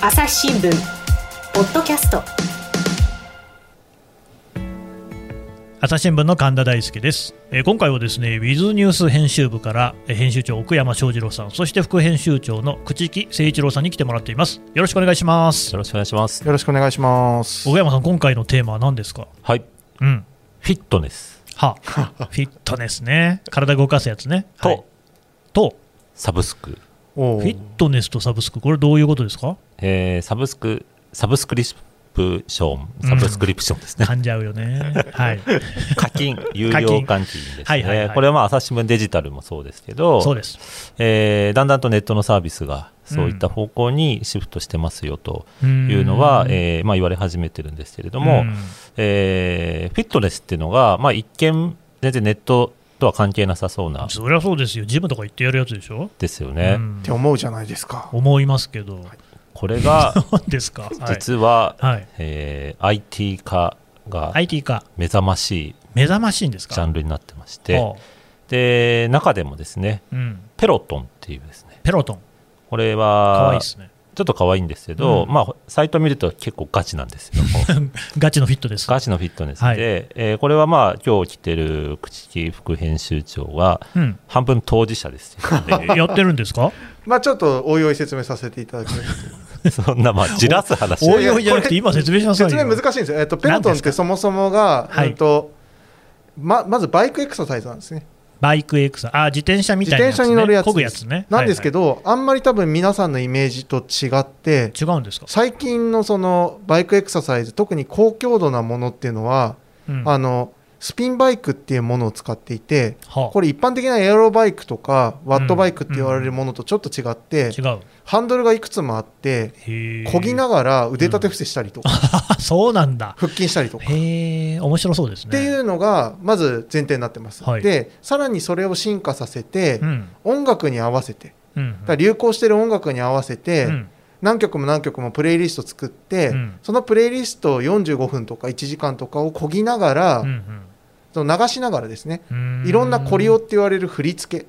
朝日新聞ポッドキャスト朝日新聞の神田大輔です、えー今回はですねウィズニュース編集部からえー編集長奥山翔二郎さんそして副編集長の朽木誠一郎さんに来てもらっていますよろしくお願いしますよろしくお願いします。よろしくお願いします。奥山さん今回のテーマは何ですかはい。うんフィットネスは フィットネスね体動かすやつねと、はいとサブスク、おフうィットネスとサブスクこれどういうことですかえーサブスク、サブスクリプション、サブスクリプションですね。噛んじゃうよねはい課金、 有料課金ですね。はいはいはいこれはまあ、朝日新聞デジタルもそうですけど、そうですえーだんだんとネットのサービスが、そういった方向にシフトしてますよというのは、うんえーまあ、言われ始めてるんですけれども、うんえーフィットネスっていうのが、まあ、一見、全然ネットとは関係なさそうなそりゃそうですよジムとか行ってやるやつでしょ、ですよね。うんって思うじゃないですか。思いますけど、こ れが、何ですかはい実は、はいえー IT 化が IT か目覚ましい目覚ましいんですかジャンルになってまして、ほで中でもですねううん、ペロトンっていうですねペロトンこれかわいいはですね ちょっと可愛いんですけど、うんまあ、サイト見ると結構ガチなんです よガチのフィットですガチのフィットネスで、はいえーこれはまあ今日来てる口木副編集長はうん半分当事者 ですよ ねやってるんですか まあちょっとおいおい説明させていただきます。そんなまあじらす話おおいいおおいいじじゃなゃなくてくて今説明しなさい説明難しいんですよ。えっとペロトンってそもそもが、はいうんとままずバイクエクササイズなんですね。バイクエクサあ自転車みた自いな転車に乗るやつ漕ぐやつねなんですけど、あんまり多分皆さんのイメージと違って、はいはい違うんですか、最近のそのバイクエクササイズ、特に高強度なものっていうのは、うんあのスピンバイクっていうものを使っていて、はあこれ一般的なエアロバイクとかワットバイクって言われるものとちょっと違って、違うハンドルがいくつもあって、へえこぎながら腕立て伏せしたりとか、あそうなんだ腹筋したりとか。っへえ面白そうですねていうのがまず前提になってます、はいでさらにそれを進化させてう、ん音楽に合わせてうんだから流行してる音楽に合わせて、うん何曲も何曲もプレイリスト作って、うんそのプレイリストを45分とか1時間とかをこぎながら、うんその流しながらですねうんうんいろんなコリオって言われる振り付け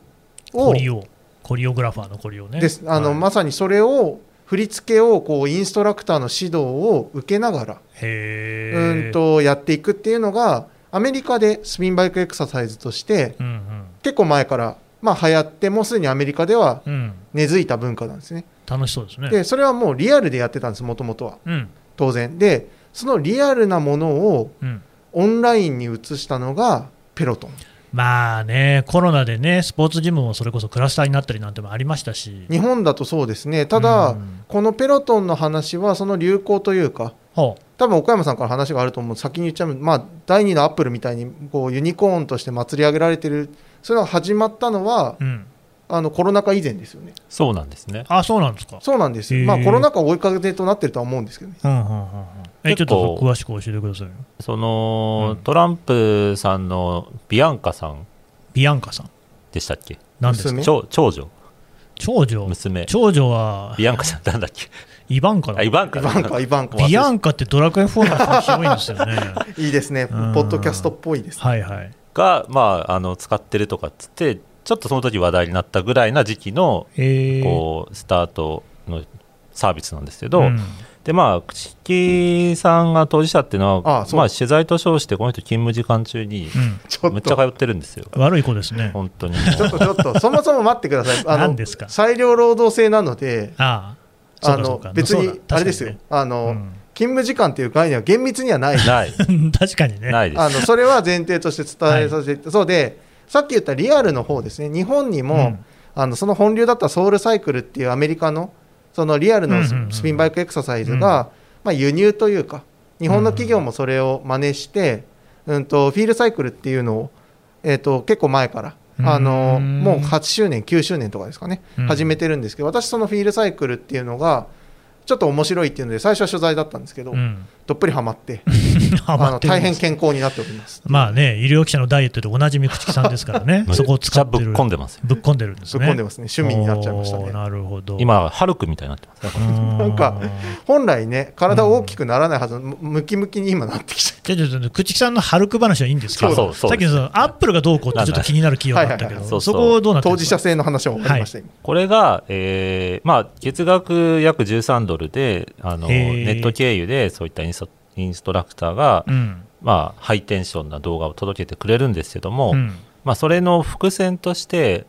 をコリオコリオグラファーのコリオねですあの、はいまさにそれを振り付けをこうインストラクターの指導を受けながへらうえーんとやっていくっていうのがアメリカでスピンバイクエクササイズとしてうんうん結構前から、まあ、流行ってもうすでにアメリカではうん根付いた文化なんですね楽しそうですねでそれはもうリアルでやってたんですもともとはうん当然でそのリアルなものをうんオンラインに移したのがペロトンまあね、コロナでね、スポーツジムもそれこそクラスターになったりなんてもありましたし、日本だとそうですねただ、うんこのペロトンの話はその流行というかほう多分岡山さんから話があると思う先に言っちゃう、まあ、第2のアップルみたいにこうユニコーンとして祭り上げられてるそういうのが始まったのは、うん、あのコロナ禍以前ですよねそうなんですねあそうなんですか、そうなんですへーよ、まあ、コロナ禍追い風となってるとは思うんですけどねうんうんうんうんえちょっ結構と詳しく教えてくださいよ、その、うんトランプさんのビアンカさんビアンカさん、でしたっけなんですか、娘長長女長女、娘長女はビアンカさんなんだっけイバンカだあ、イ、バンイカバンカイバンカビアンカってドラクエ4の人、広いんですよね、いいですねポうんッドキャストっぽいですねはいはい、が、まあ、あの使ってるとかっつってちょっとその時話題になったぐらいな時期のえー、こうスタートのサービスなんですけど、うんでまあ朽木さんが当事者っていうのはあそうまあ、取材と称してこの人勤務時間中にうんちょむっっちゃ通とってるんですよ悪い子ですね、本当にちょっとちょっとそもそも待ってください何ですか裁量労働制なのでああ、そあうかそうのか別そうにだ確かあれですよ、ねあの、うん勤務時間っていう概念は厳密にはないない 確かにね、ないであすのそれは前提として伝えさせて、そうで、さっき言ったリアルの方ですね、日本にも、うんあのその本流だったソウルサイクルっていうアメリカのそのリアルうんのうんうんスピンバイクエクササイズが、まあ、輸入というか、日本の企業もそれを真似して、うん、とフィールサイクルっていうのを、えー、と結構前から。あのうんもう8周年、9周年とかですかね、うん始めてるんですけど、私、そのフィールサイクルっていうのが、ちょっと面白いっていうので、最初は取材だったんですけど、うんどっぷりハマって、ハ あマっのてるん大です変健康になっております。まあね、医療記者のダイエットでおなじみ口木さんですから 、ねめっそこを使ちゃってぶっる、込んでますよ。ぶっこんでるんです突ね。っ込んでますね。趣味になっちゃいましたおーね。なるほど。今、ハルクみたいになってます。うーん、なんか本来ね、体大きくならないはずの、むムキムキに今なってきちゃじゃあ、ちょっと口木さんのハルク話はいいんですけあそうど、そさうっきのそのアップルがどうこうってちょっと気になる企業だったけはいはいはいそど、うそそうこをどうなう。ってる当んです事者か性の話を終わりました、今これが、えーまあ、月額約13ドルであのへーネット経由でそういったインストインストラクターが、うんまあ、ハイテンションな動画を届けてくれるんですけども、うんまあ、それの伏線として、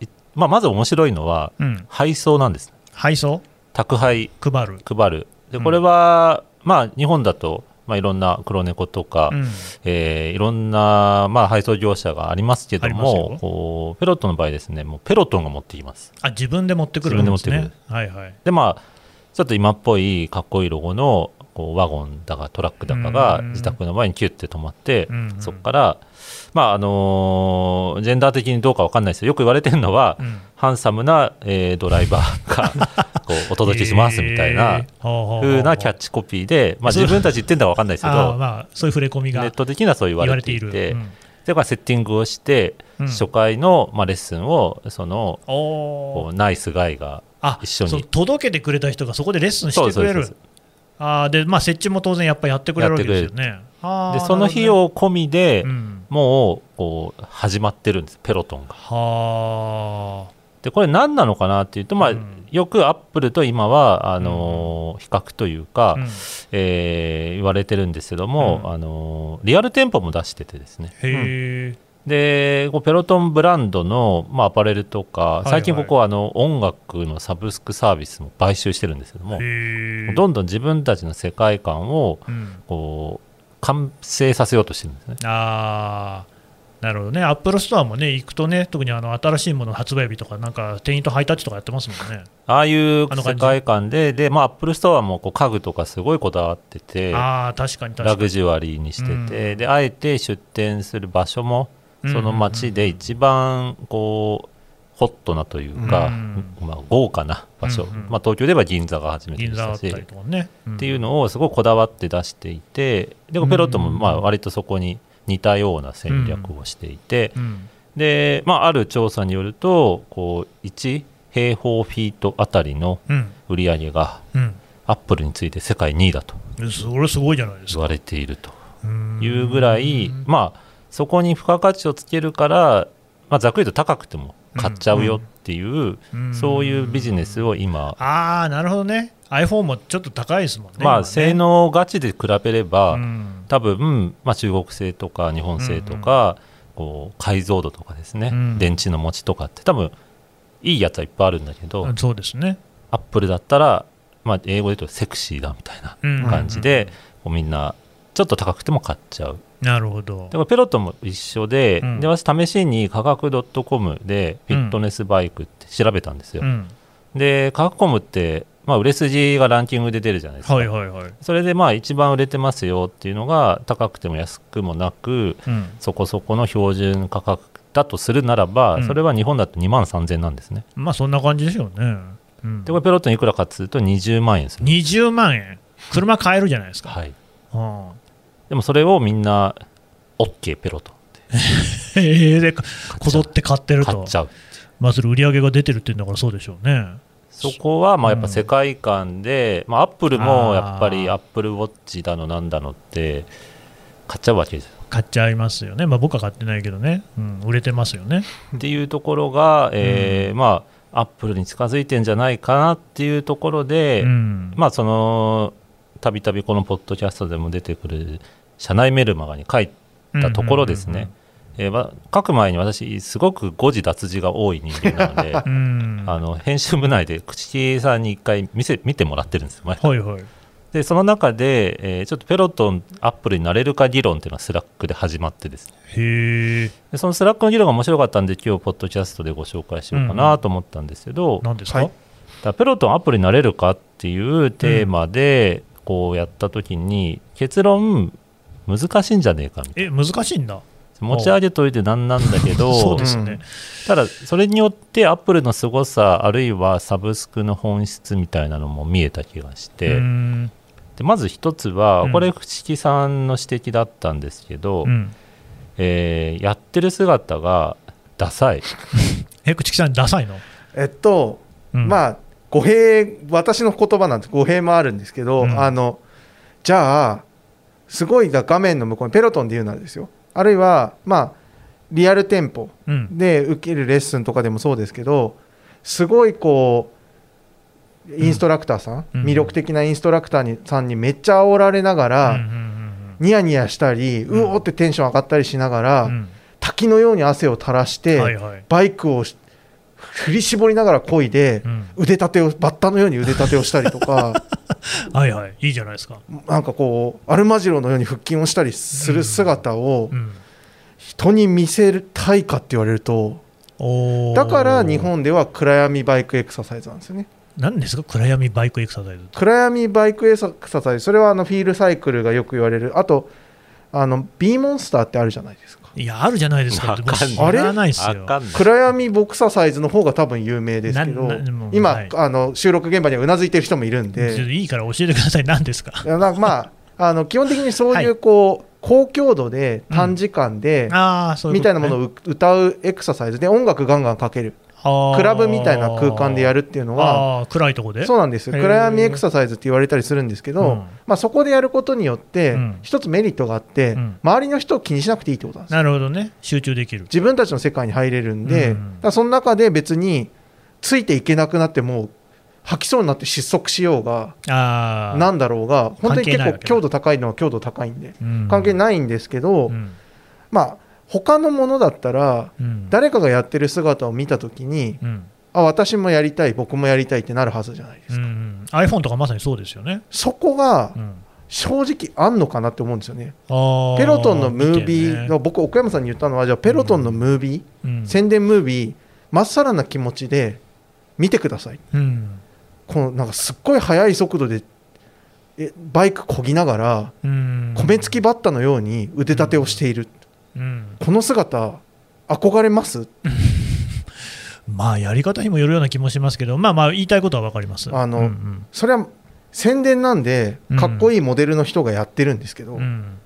いまあ、まず面白いのはうん配送なんです配送、宅配配る、配るでうんこれは、まあ、日本だと、まあ、いろんな黒猫とか、うんえーいろんな、まあ、配送業者がありますけどありますもよこうペロットの場合ですねもうペロトンが持ってきますあ自分で持ってくるんです自分で持っねて。はいはいでまあちょっと今っぽいかっこいいロゴのこうワゴンだかトラックだかがうん自宅の前にキュッて止まって、うんうんそこからまああのージェンダー的にどうかわかんないですけどよく言われてるのは、うんハンサムな、えードライバ ーがこうお届けしますみたいえなーほうほうほう風なキャッチコピーで、まあ、自分たち言ってんだかわかんないですけあーどまあ、そういう触れ込みネがット的にはそう言わ言われれてていいてる。うんでまあセッティングをして、うん初回の、まあ、レッスンをそのおーこうナイスガイがあ一緒にそう届けてくれた人がそこでレッスンしてくれそうですそうでるすそう、あーでまあ、設置も当然やっぱやってくれるわけですよね。あーでその費、なる用込みで、ほどねうんもうこう始まってるんです、ペロトンが。はで、これ、何なのかなっていうと、まあうんよくアップルと今はあのー比較というあ、か、うんえー言われてるんですけども、うんあのーリアル店舗も出しててですね、へえ、でこうペロトンブランドの、まあ、アパレルといはか、い最近、ここはあの音楽のサブスクサービスも買収してるんですけども、へえどんどん自分たちの世界観をうん、こう完成させようとしてるんですね。あーなるほどね、アップルストアもね、行くとね、特にあの新しいものの発売日とか、なんか店員とハイタッチとかやってますもんね。ああいうあの世感じ界観で、で、まあ、アップルストアもこう家具とかすごいこだわってて、ああ、確かに確かラに。グジュアリーにしてて、うんで、あえて出店する場所も、その街で一番こう、ホットなというか、うんまあ、豪華な場所、うんうんまあ、東京では銀座が初めて銀でし座だたっし、たりっとかね。っていうのをすごいこだわって出していて、で、ペロットもうんまあ割とそこに似たような戦略をしていて、うん、で、まあ、ある調査によると、こう、1平方フィートあたりのうん、売り上げが、うん、アップルについて世界2位だとうん、それすごいじゃないです言か。われているとうんいうぐらい、まあ、そこに付加価値をつけるから、まあ、ざっくりと高くても買っちゃうよっていう、うんそういうビジネスを今、ああ、なるほどね。iPhone もちょっと高いですもんね。ま今あ、ね性能ガチで比べれば、うん多分、まあ、中国製とか日本製とか、こう解像度とかですね、うん電池の持ちとかって多分いいやつはいっぱいあるんだけど、そうですね。アップルだったら、まあ、英語で言うとセクシーだみたいなうん感じで、こうみんなちょっと高くても買っちゃうなるほどで。もペロトンも一緒で,、うんで私試しに科学 .com でフィットネスバイクって調べたんですよ、うんで科学コムって、まあ、売れ筋がランキングで出るじゃないですか、はいはいはい。それでまあ一番売れてますよっていうのが高くても安くもなくうんそこそこの標準価格だとするならば、うんそれは日本だと2万3000なんですねまあそんな感じでしょうね。うんでこれペロトンいくらかっつうと20万円する、 20万円、車買えるじゃないですか。はい、うん でもそれをみんな OK ペロトンへえで、こぞって買ってる買っとち。ゃうまあそれ売り上げが出てるっていうんだからそうでしょうね。そこはまあやっぱ世界観で、まあ、アップルもやっぱりアあーップルウォッチだのなんだのって買っちゃうわけですよ買っちゃいますよね。まあ僕は買ってないけどね。うん、売れてますよね。っていうところが、えーまあ、アップルに近づいてんじゃないかなっていうところで、うん。まあそのたびたびこのポッドキャストでも出てくる社内メルマガに書いたところですね、えーまあ書く前に私すごく誤字脱字が多い人間な のでうん。あはの編集部内で口木さんに一回見せ見てもらってるんですよ前いはい。でその中で、えーちょっとペロトンアップルになれるか議論っていうのはスラックで始まってですねへえ。でそのスラックの議論が面白かったんで今日ポッドキャストでご紹介しようかうんうなんと思ったんですけど、だか何ですか、はいらペロトンアップルになれるかっていうテーマでこうやった時に結論難しいんじゃねえかみたいえ、難しいんだ。な持ち上げといてなんなんだ けそどうですね。ただそれによってアップルの凄さあるいはサブスクの本質みたいなのも見えた気がして、うんでまず一つはうんこれ伏木さんの指摘だったんですけど、うん、えーやってる姿がダサいえ口木さんダサいの、えっと、うん、まあ語弊私の言葉なんて語弊もあるんですけど、うんあのじゃあすごいが画面の向こうにペロトンで言うならですよあるいはまあリアル店舗うんで受けるレッスンとかでもそうですけどすごいこうインストラクターさん、うん魅力的なインストラクターにさんにめっちゃ煽られながら、うんうんうんニヤニヤしたりうんうおーってテンション上がったりしながら、うんうん滝のように汗を垂らして、はいはい、バイクをし振り絞りながら漕いで、うん腕立てをバッタのように腕立てをしたり とかはいはいいいじゃないですか、なんかこうアルマジロのように腹筋をしたりする姿をうん、人に見せたいかって言われるとおーだから日本では暗闇バイクエクササイズなんですよね何ですか暗闇バイクエクササイズって暗闇バイクエクササイズそれはあのフィールサイクルがよく言われるあとあの B モンスターってあるじゃないですかいやあるじゃないですかわかんない僕知らないですあよかんない暗闇ボクササイズの方が多分有名ですけどななもう今、はいあの収録現場にはうなずいてる人もいるんでちょっといいから教えてください何ですかいやなんかまああの基本的にそういはうこう、高強度で短時間で、ああそういうみことたね、いなものをう歌うエクササイズで音楽ガンガンかけるをクラブみたいな空間でやるっていうのはあー暗いとこでそうなんですよへー暗闇エクササイズって言われたりするんですけど、うんまあ、そこでやることによって、うん一つメリットがあって、うん周りの人を気にしなくていいってことなんですよなるほどね集中できる自分たちの世界に入れるんで、うんだからその中で別についていけなくなってもう吐きそうになって失速しようがああなんだろうが本当に関係結ないわけだ構強度高いのは強度高いんでうん関係ないんですけど、うんまあ他のものだったらうん誰かがやってる姿を見た時にうんあ私もやりたい僕もやりたいってなるはずじゃないですうか、ん、iPhone とかまさにそうですよね、そこがうん、正直あんのかなって思うんですよねあペロトンのムービーの、が僕奥山さんに言ったのはじゃあペロトンのムービー、うん宣伝ムービーまっさらな気持ちで見てくださいうんこのなんかすっごい速い速度でえバイクこぎながらうん、米付きバッタのように腕立てをしている、うん、この姿憧れますまあやり方にもよるような気もしますけどまあまあ言いたいことはわかりますあのうんそれは宣伝なんでうんかっこいいモデルの人がやってるんですけど、うんうん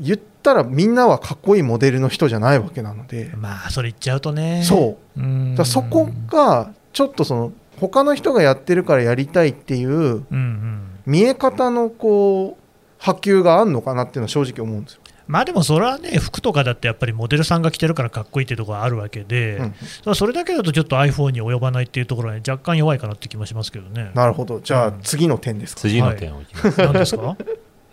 言ったらみんなはかっこいいモデルの人じゃないわけなので、まあそれ言っちゃうとねそううだんからそこがちょっとその他の人がやってるからやりたいっていううんうん見え方のこう波及があんのかなっていうのは正直思うんですよ。まあでもそれはね服とかだってやっぱりモデルさんが着てるからかっこいいっていうところがあるわけで、うんそれだけだとちょっと iPhone に及ばないっていうところは、ね、若干弱いかなって気もしますけど ね。なるほどじゃうあん次の点ですか、次の点をいきます、なんですか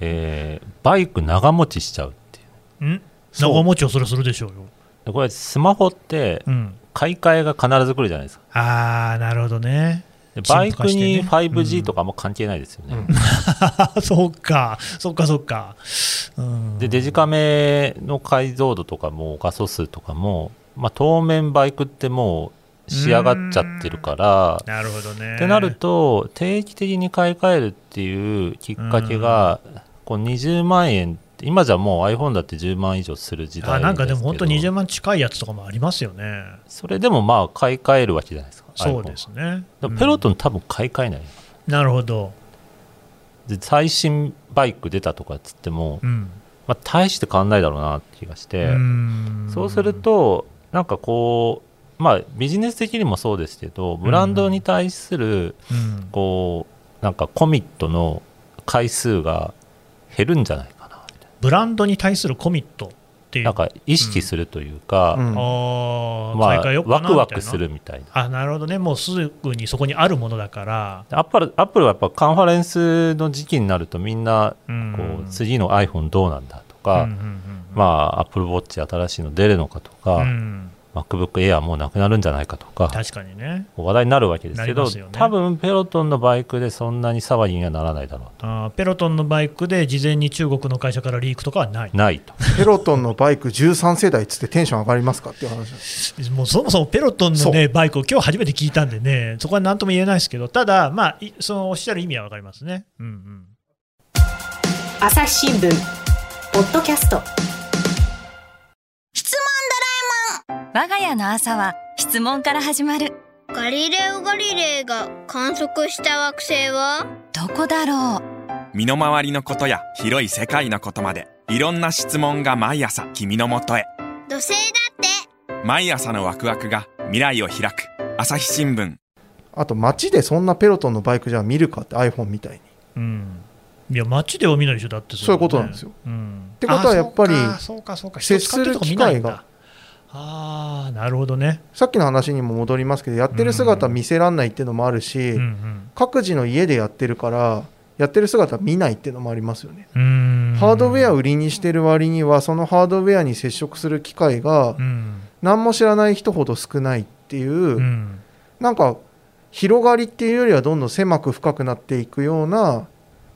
えーバイク長持ちしちゃうっていんそう長持ちをそれするでしょうよ。うでこれスマホってうん、買い替えが必ず来るじゃないですかあー、なるほどね。で進バイ化クしてねにうん 5G とかも関係ないですよね、うんあ そうか、そっかそっか。うん、でデジカメの解像度とかも画素数とかも、まあ、当面バイクってもう仕上がっちゃってるからなるほどね。ってなると定期的に買い替えるっていうきっかけがこう20万円って今じゃもう iPhone だって10万以上する時代あなんかでも本当20万万近いやつとかもありますよね。それでもまあ買い替えるわけじゃないですかそうですね。 iPhone でもペロトン、ン多分買い替えない、なるほど。で最新バイク出たとかっつっても、うん。まあ、大して変わんないだろうなって気がして、うんそうする、と、なんかこう、まあ、ビジネス的にもそうですけど、ブランドに対する、うんこう、なんかコミットの回数が減るんじゃないかな、みたいブランドに対するコミットっていうな。なんか意識するというか、うんあーま買あ、い替えようかなワクワクみたいなするみたいな。あなるほどねもうすぐにそこにあるものだから、アップルアップルはやっぱカンファレンスの時期になるとみんなうんこう次の iPhone どうなんだとか、うんうんうんまあ、Apple Watch 新しいの出るのかとうか、ん MacBook Air もうなくなるんじゃないかとか確かにね話題になるわけですけなりどますよね多分ペロトンのバイクでそんなに騒ぎにはならないだろあーペロトンのバイクで事前に中国の会社からリークとかはないうないとペロトンのバイク13世代っつってテンション上がりますかっていう話なんですもうそもそもペロトンの、そね、バイクを今日初めて聞いたんでねそこは何とも言えないですけどただ、まあ、いそのおっしゃる意味は分かりますね。うんうん朝日新聞ポッドキャスト我が家の朝は質問から始まるガリレオ・ガリレイが観測した惑星はどこだろう身の回りのことや広い世界のことまでいろんな質問が毎朝君のもとへ土星だって毎朝のワクワクが未来を開く朝日新聞あと街でそんなペロトンのバイクじゃ見るかって iPhone みたいにうんいや街では見ないでしょだってそういうことなんですよ、うん、ってことはやっぱりあそうかそうかそうか接人使っすてるるとこ見機ない会んだがああなるほどねさっきの話にも戻りますけどやってる姿見せらんないっていうのもあるし、うん各自の家でやってるからやってる姿見ないっていうのもありますよね、うんうんハードウェア売りにしてる割にはそのハードウェアに接触する機会がうん何も知らない人ほど少ないっていう、うんなんか広がりっていうよりはどんどん狭く深くなっていくような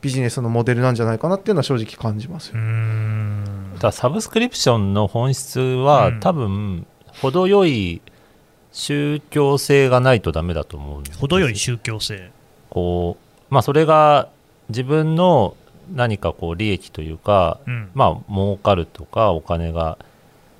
ビジネスのモデルなんじゃないかなっていうのは正直感じますよ、うんだからサブスクリプションの本質は、うん多分程よい宗教性がないとダメだと思うんです程よい宗教性こう、まあ、それが自分の何かこう利益というか、うんまあ儲かるとかお金が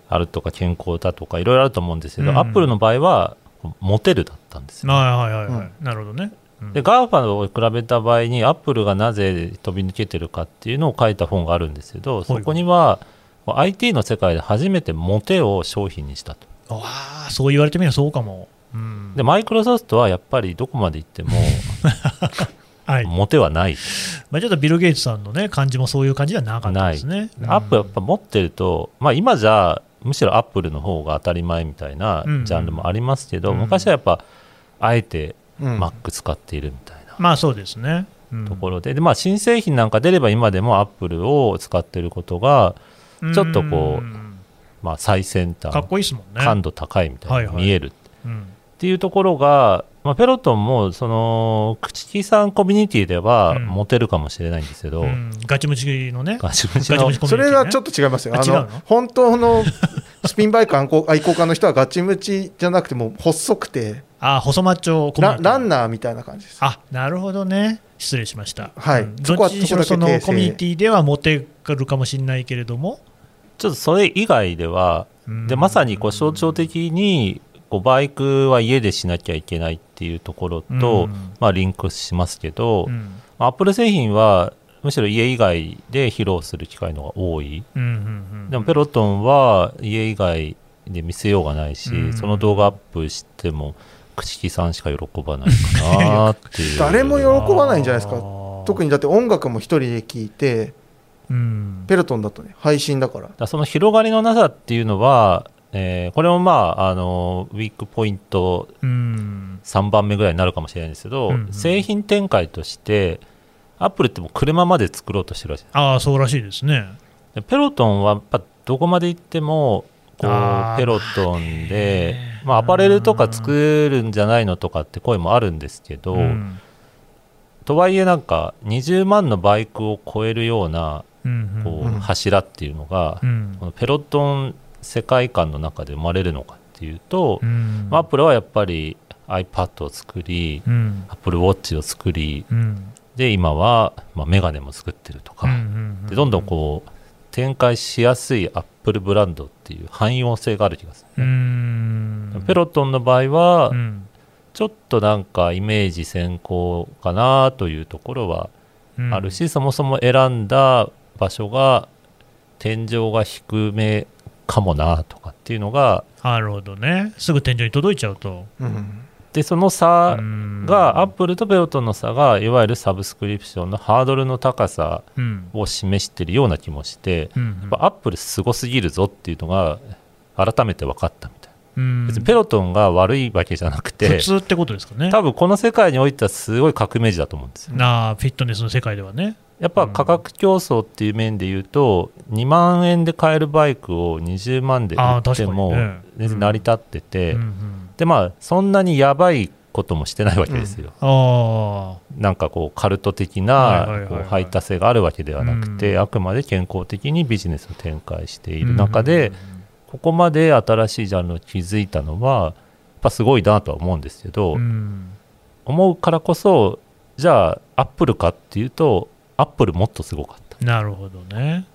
あるとか健康だとかいろいろあると思うんですけど、うんアップルの場合はモテるだったんですよはいはいはいはい、なるほどねうんで GAFA を比べた場合にアップルがなぜ飛び抜けてるかっていうのを書いた本があるんですけどそこには IT の世界で初めてモテを商品にしたとああそう言われてみればそうかもうんでマイクロソフトはやっぱりどこまで行ってもはいモテはないまあ、ちょっとビル・ゲイツさんの、ね、感じもそういう感じではなかったですね。アップやっうんぱ持ってると、まあ、今じゃむしろアップルの方が当たり前みたいなジうんャンルもありますけど、うん昔はやっぱあえてうん、 Mac 使っているみたいなまあそうですね。うんところで,、でまあ、新製品なんか出れば今でもアップルを使ってることが、ちょっとこうんまあ、最先か端っこいいですもんね。感度高いみたいはないはい見えるうんっていうところが、まあ、ペロトンもその口木さんコミュニティではうんモテるかもしれないんですけど、うんガチムチのね。ガチムチガチのムチコミュニティねそれはちょっと違いますよ、ああ違うのの本当のスピンバイク愛好愛 好家の人はガチムチじゃなくて、もう細くてあ細マッチョコミュニラ、ティランナーみたいな感じです。あなるほどね。失礼しました。はいうんそどこっはちにしろそのそこだけ訂正コミュニティではモテるかもしれないけれども。ちょっとそれ以外では、うんでまさにこう象徴的にこうバイクは家でしなきゃいけないっていうところうと、んまあ、リンクしますけど、うんまあアップル製品はむしろ家以外で披露する機会の方が多い、うんうんでもペロトンは家以外で見せようがないし、うんその動画アップしても口木さんしか喜ばないかなって いう誰も喜ばないんじゃないですか特に、にだって音楽も一人で聴いて、うんペロトンだとね、配信だからだか。らその広がりのなさっていうのは、えーこれもまああのウィークポイントうん3番目ぐらいになるかもしれないんですけど、うんうん製品展開としてアップルってもう車まで作ろうとしてるわけじゃああ、そうらしいですね。ないペロトンはやっぱどこまで行ってもこあうーペロトンで、まあ、アパレルとか作るんじゃないのとかって声もあるんですけど、うんとはいえなんか20万のバイクを超えるようなうんうんこううん柱っていうのが、うんこのペロトン世界観の中で生まれるのかっていうと、うんまあアップルはやっぱり iPad を作り、うんアップルウォッチを作りうんで今は、まあ、メガネも作ってるとか、うんでどんどんこう展開しやすいアップルブランドっていう汎用性がある気がすうる、んペロトンの場合は、うんちょっとなんかイメージ先行かなというところはうんあるし、そもそも選んだ場所が天井が低めかもなとかっていうのがなるほどねすぐ天井に届いちゃうとうんでその差が、アッププルとペロトンの差がいわゆるサブスクリプションのハードルの高さうんを示してるような気もして、うんやっぱアップルすごすぎるぞっていうのが改めて分かったみたいなうん別にペロトンが悪いわけじゃなくて普通ってことですかね多分この世界においてはすごい革命児だと思うんですよなあフィットネスの世界ではねやっぱ価格競争っていう面で言うと2万円で買えるバイクを20万で売あーっても確かにね全然成り立ってて、うんうんでまあそんなにやばいこともしてないわけですよ、あなんかこうカルト的はいはいはいなはいこう排他性があるわけではなくうて、んあくまで健康的にビジネスを展開しあている中で、ここまで新しいジャンルを築いたのはやっぱすごいなとは思うんですけど、うん思うからこそじゃあアップルかっていうとアップルもっとすごかった。なるほどね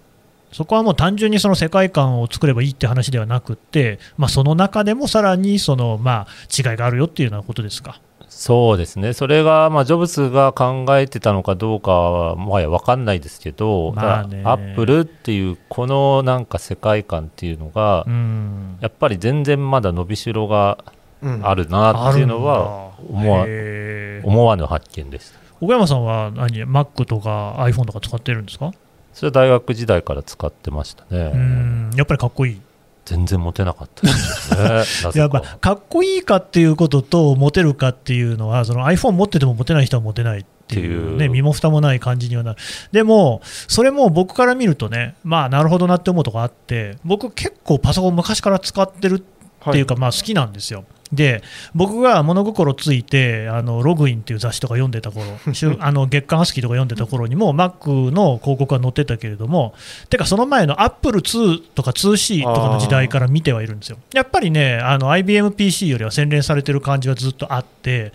そこはもう単純にその世界観を作ればいいって話ではなくって、まあ、その中でもさらにその、まあ、違いがあるよっていうようなことですか。そうですね、それが、まあ、ジョブズが考えてたのかどうかは、もはや分かんないですけど、まあねただアップルっていう、このなんか世界観っていうのが、うんやっぱり全然まだ伸びしろがうんあるなっていうのはあるんだ思わ,、へー思わぬ発見でした。小山さんは何 Mac とか iPhone とか使ってるんですかそれは大学時代から使ってましたね。うんやっぱりかっこいい全然モテなかったですよ ねなぜやっかぱかっこいいかっていうこととモテるかっていうのはその iPhone 持っててもモテない人はモテないっていう、っていね、う身も蓋もない感じにはなるでもそれも僕から見るとねまあなるほどなって思うとこあって僕結構パソコン昔から使ってるっていうか、まあ好きなんですよ。で僕が物心ついてあのログインっていう雑誌とか読んでた頃週あの月刊アスキーとか読んでた頃にも Mac の広告が載ってたけれどもてかその前の Apple2 とか 2C とかの時代から見てはいるんですよやっぱりねあの IBMPC よりは洗練されてる感じはずっとあって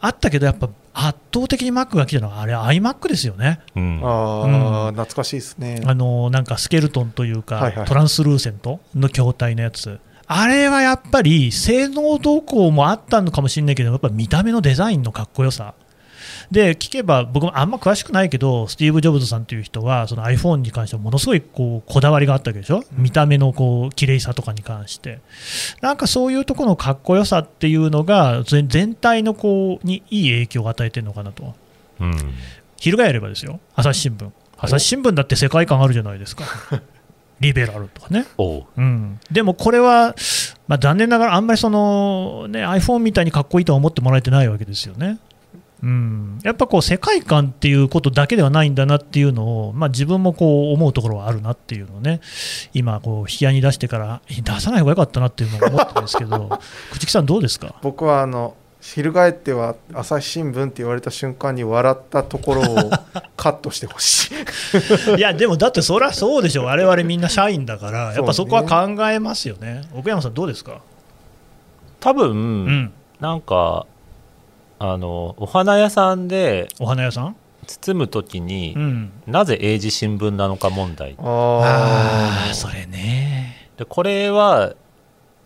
あったけどやっぱ圧倒的に Mac が来たのはあれ iMac ですよねうんああ、うん懐かしいですね。あのなんかスケルトンというか、はいはいトランスルーセントの筐体のやつ、あれはやっぱり性能動向もあったのかもしれないけど、やっぱ見た目のデザインのかっこよさ。で聞けば僕もあんま詳しくないけどスティーブ・ジョブズさんという人はその iPhone に関してはものすごいこうこだわりがあったわけでしょ、見た目のこう綺麗さとかに関してなんかそういうところのかっこよさっていうのが全全体のこうにいい影響を与えてるのかなとうん翻ればですよ、朝日新聞、朝日新聞だって世界観あるじゃないですか、リベラルとかね、おううん、でもこれは、まあ、残念ながら、あんまりその、ね、iPhone みたいにかっこいいとは思ってもらえてないわけですよね。うん、やっぱこう世界観っていうことだけではないんだなっていうのを、まあ、自分もこう思うところはあるなっていうのをね、今、こう引き合いに出してから、出さない方が良かったなっていうのを思ったんですけど、朽木さん、どうですか僕はあの翻っては朝日新聞って言われた瞬間に笑ったところ をカットしてほしい。いやでもだってそりゃそうでしょ我々みんな社員だからやっぱそそうねこは考えますよね奥山さんどうですか多分、うんなんかあのお花屋さんでお花屋さん包む時に、うんなぜ英字新聞なのか問題あ あーそれねでこれは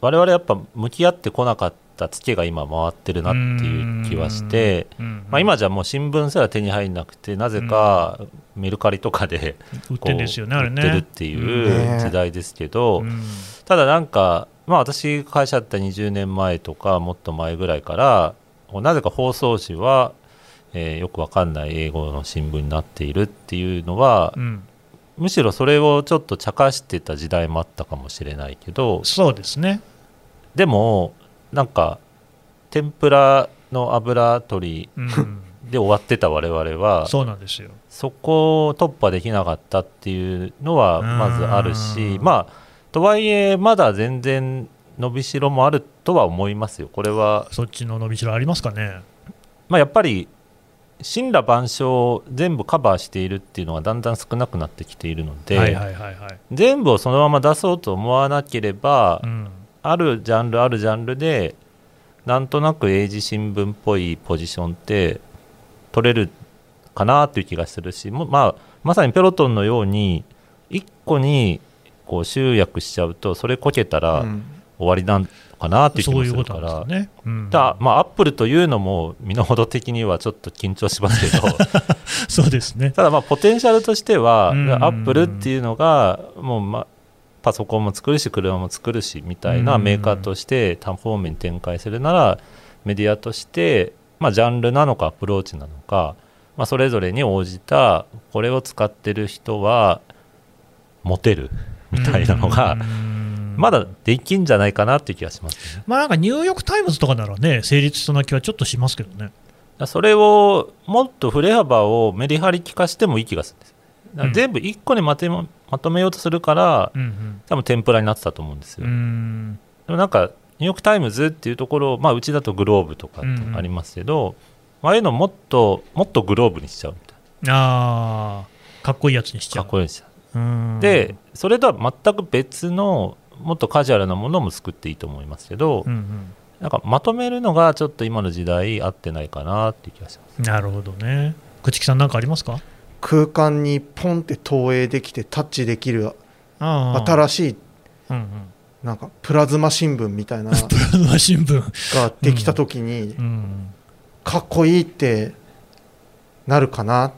我々やっぱ向き合ってこなかったツケが今回ってるなっていう気はして、うんまあ、今じゃもう新聞すら手に入んなくてなぜかメルカリとかで売っこてうんですよねあれ売っねてるっていう時代ですけど、うんただなんか、まあ、私会社だった20年前とかもっと前ぐらいからこうなぜか放送紙は、えーよくわかんない英語の新聞になっているっていうのは、うんむしろそれをちょっと茶化してた時代もあったかもしれないけどそうですねでもなんか天ぷらの油取うん りで終わってた我々はそうなんですよそこを突破できなかったっていうのはまずあるし、うんまあ、とはいえ、まだ全然伸びしろもあるとは思いますよ、これは。そっちの伸びしろありますかねまあ、やっぱり、神羅万象全部カバーしているっていうのがだんだん少なくなってきているので、はいはいはいはい全部をそのまま出そうと思わなければ、うんあるジャンルあるジャンルで、なんとなく英字新聞っぽいポジションって取れるかなという気がするし、もまあ、まさにペロトンのように、一個にこう集約しちゃうと、それこけたあ、らうん終わりなのかなという気そもういすうこるとかなんでら。すよねうんだまあ、アップルというのも身の程的にはちょっと緊張しますけどそうですねただまあポテンシャルとしてはアうんップルっていうのがもう、ま、パソコンも作るし車も作るしみたいなうんメーカーとして多方面に展開するならメディアとして、まあ、ジャンルなのかアプローチなのか、まあ、それぞれに応じたこれを使ってる人はモテるみたいなのがうんまだできんじゃないかなっていう気がします。まあなんかニューヨーク・タイムズとかならね成立しそうな気はちょっとしますけどねそれをもっと振れ幅をメリハリ効かしてもいい気がするんですだから全部一個にまてままとめようとするからうん多分天ぷらになってたと思うんですうよ、んうんでもなんかニューヨーク・タイムズっていうところ、まあ、うちだとグローブとかうんうんありますけど、まあああいうのもっともっとグローブにしちゃうみたいああかっこいいやつにしちゃなうかっこいいですようんでそれとは全く別のもっとカジュアルなものも作っていいと思いますけど、うんなんかまとめるのがちょっと今の時代合ってないかなっていう気がしますうんなるほどね朽木さんなんかありますか空間にポンって投影できてタッチできるあ新しいうん うんなんかプラズマ新聞みたいなのプラズマ新聞ができた時にうんかっこいいってなるかな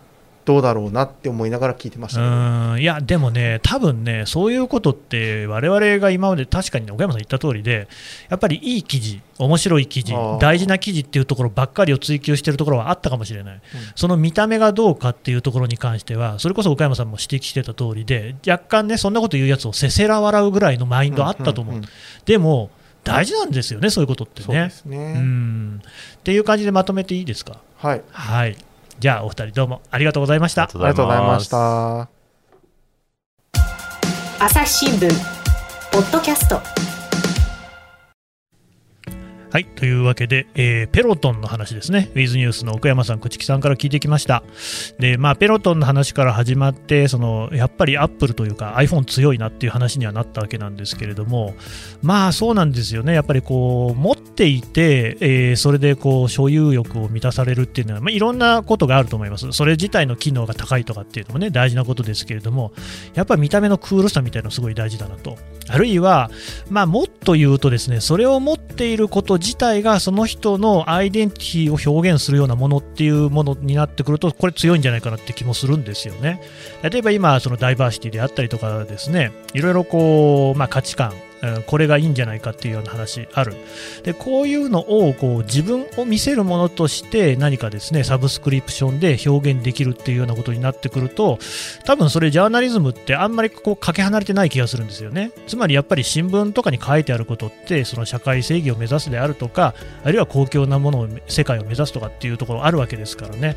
どうだろうなって思いながら聞いてましたけど、うんいやでもね、多分ね、そういうことって、我々が今まで確かに、ね、岡山さん言った通りで、やっぱりいい記事、面白い記事あー、大事な記事っていうところばっかりを追求してるところはあったかもしれない、んその見た目がどうかっていうところに関しては、それこそ岡山さんも指摘してた通りで、若干ね、そんなこと言うやつをせせら笑うぐらいのマインドあったと思う、うんうんうんでも、大事なんですよね、そういうことってね。そうですねうんっていう感じでまとめていいですか。はい、はいじゃあお二人どうもありがとうございました。ありがとうございました。朝日新聞ポッドキャストはい。というわけで、えーペロトンの話ですね。ウィズニュースの奥山さん、朽木さんから聞いてきました。で、まあ、ペロトンの話から始まって、その、やっぱりアップルというか iPhone 強いなっていう話にはなったわけなんですけれども、まあ、そうなんですよね。やっぱりこう、持っていて、えーそれでこう、所有欲を満たされるっていうのは、まあ、いろんなことがあると思います。それ自体の機能が高いとかっていうのもね、大事なことですけれども、やっぱり見た目のクールさみたいなのすごい大事だなと。あるいは、まあ、もっと言うとですねそれを持っていること自体がその人のアイデンティティを表現するようなものっていうものになってくるとこれ強いんじゃないかなって気もするんですよね例えば今そのダイバーシティであったりとかですねいろいろこう、まあ、価値観うんこれがいいんじゃないかっていうような話あるでこういうのをこう自分を見せるものとして何かですねサブスクリプションで表現できるっていうようなことになってくると多分それジャーナリズムってあんまりこうかけ離れてない気がするんですよねつまりやっぱり新聞とかに書いてあることってその社会正義を目指すであるとかあるいは公共なものを世界を目指すとかっていうところあるわけですからね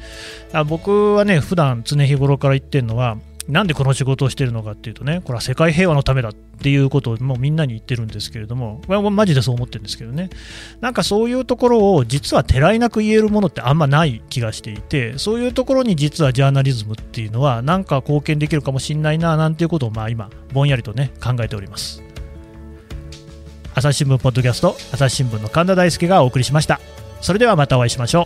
あ僕はね普段常日頃から言ってるのはなんでこの仕事をしてるのかっていうとね、これは世界平和のためだっていうことをもうみんなに言ってるんですけれども、まあマジでそう思ってるんですけどね、なんかそういうところを実はてらいなく言えるものってあんまない気がしていて、そういうところに実はジャーナリズムっていうのは、なんか貢献できるかもしれないななんていうことを、まあ今、ぼんやりとね、考えております。朝日新聞ポッドキャスト、朝日新聞の神田大輔がお送りしました。それではまたお会いしましょう。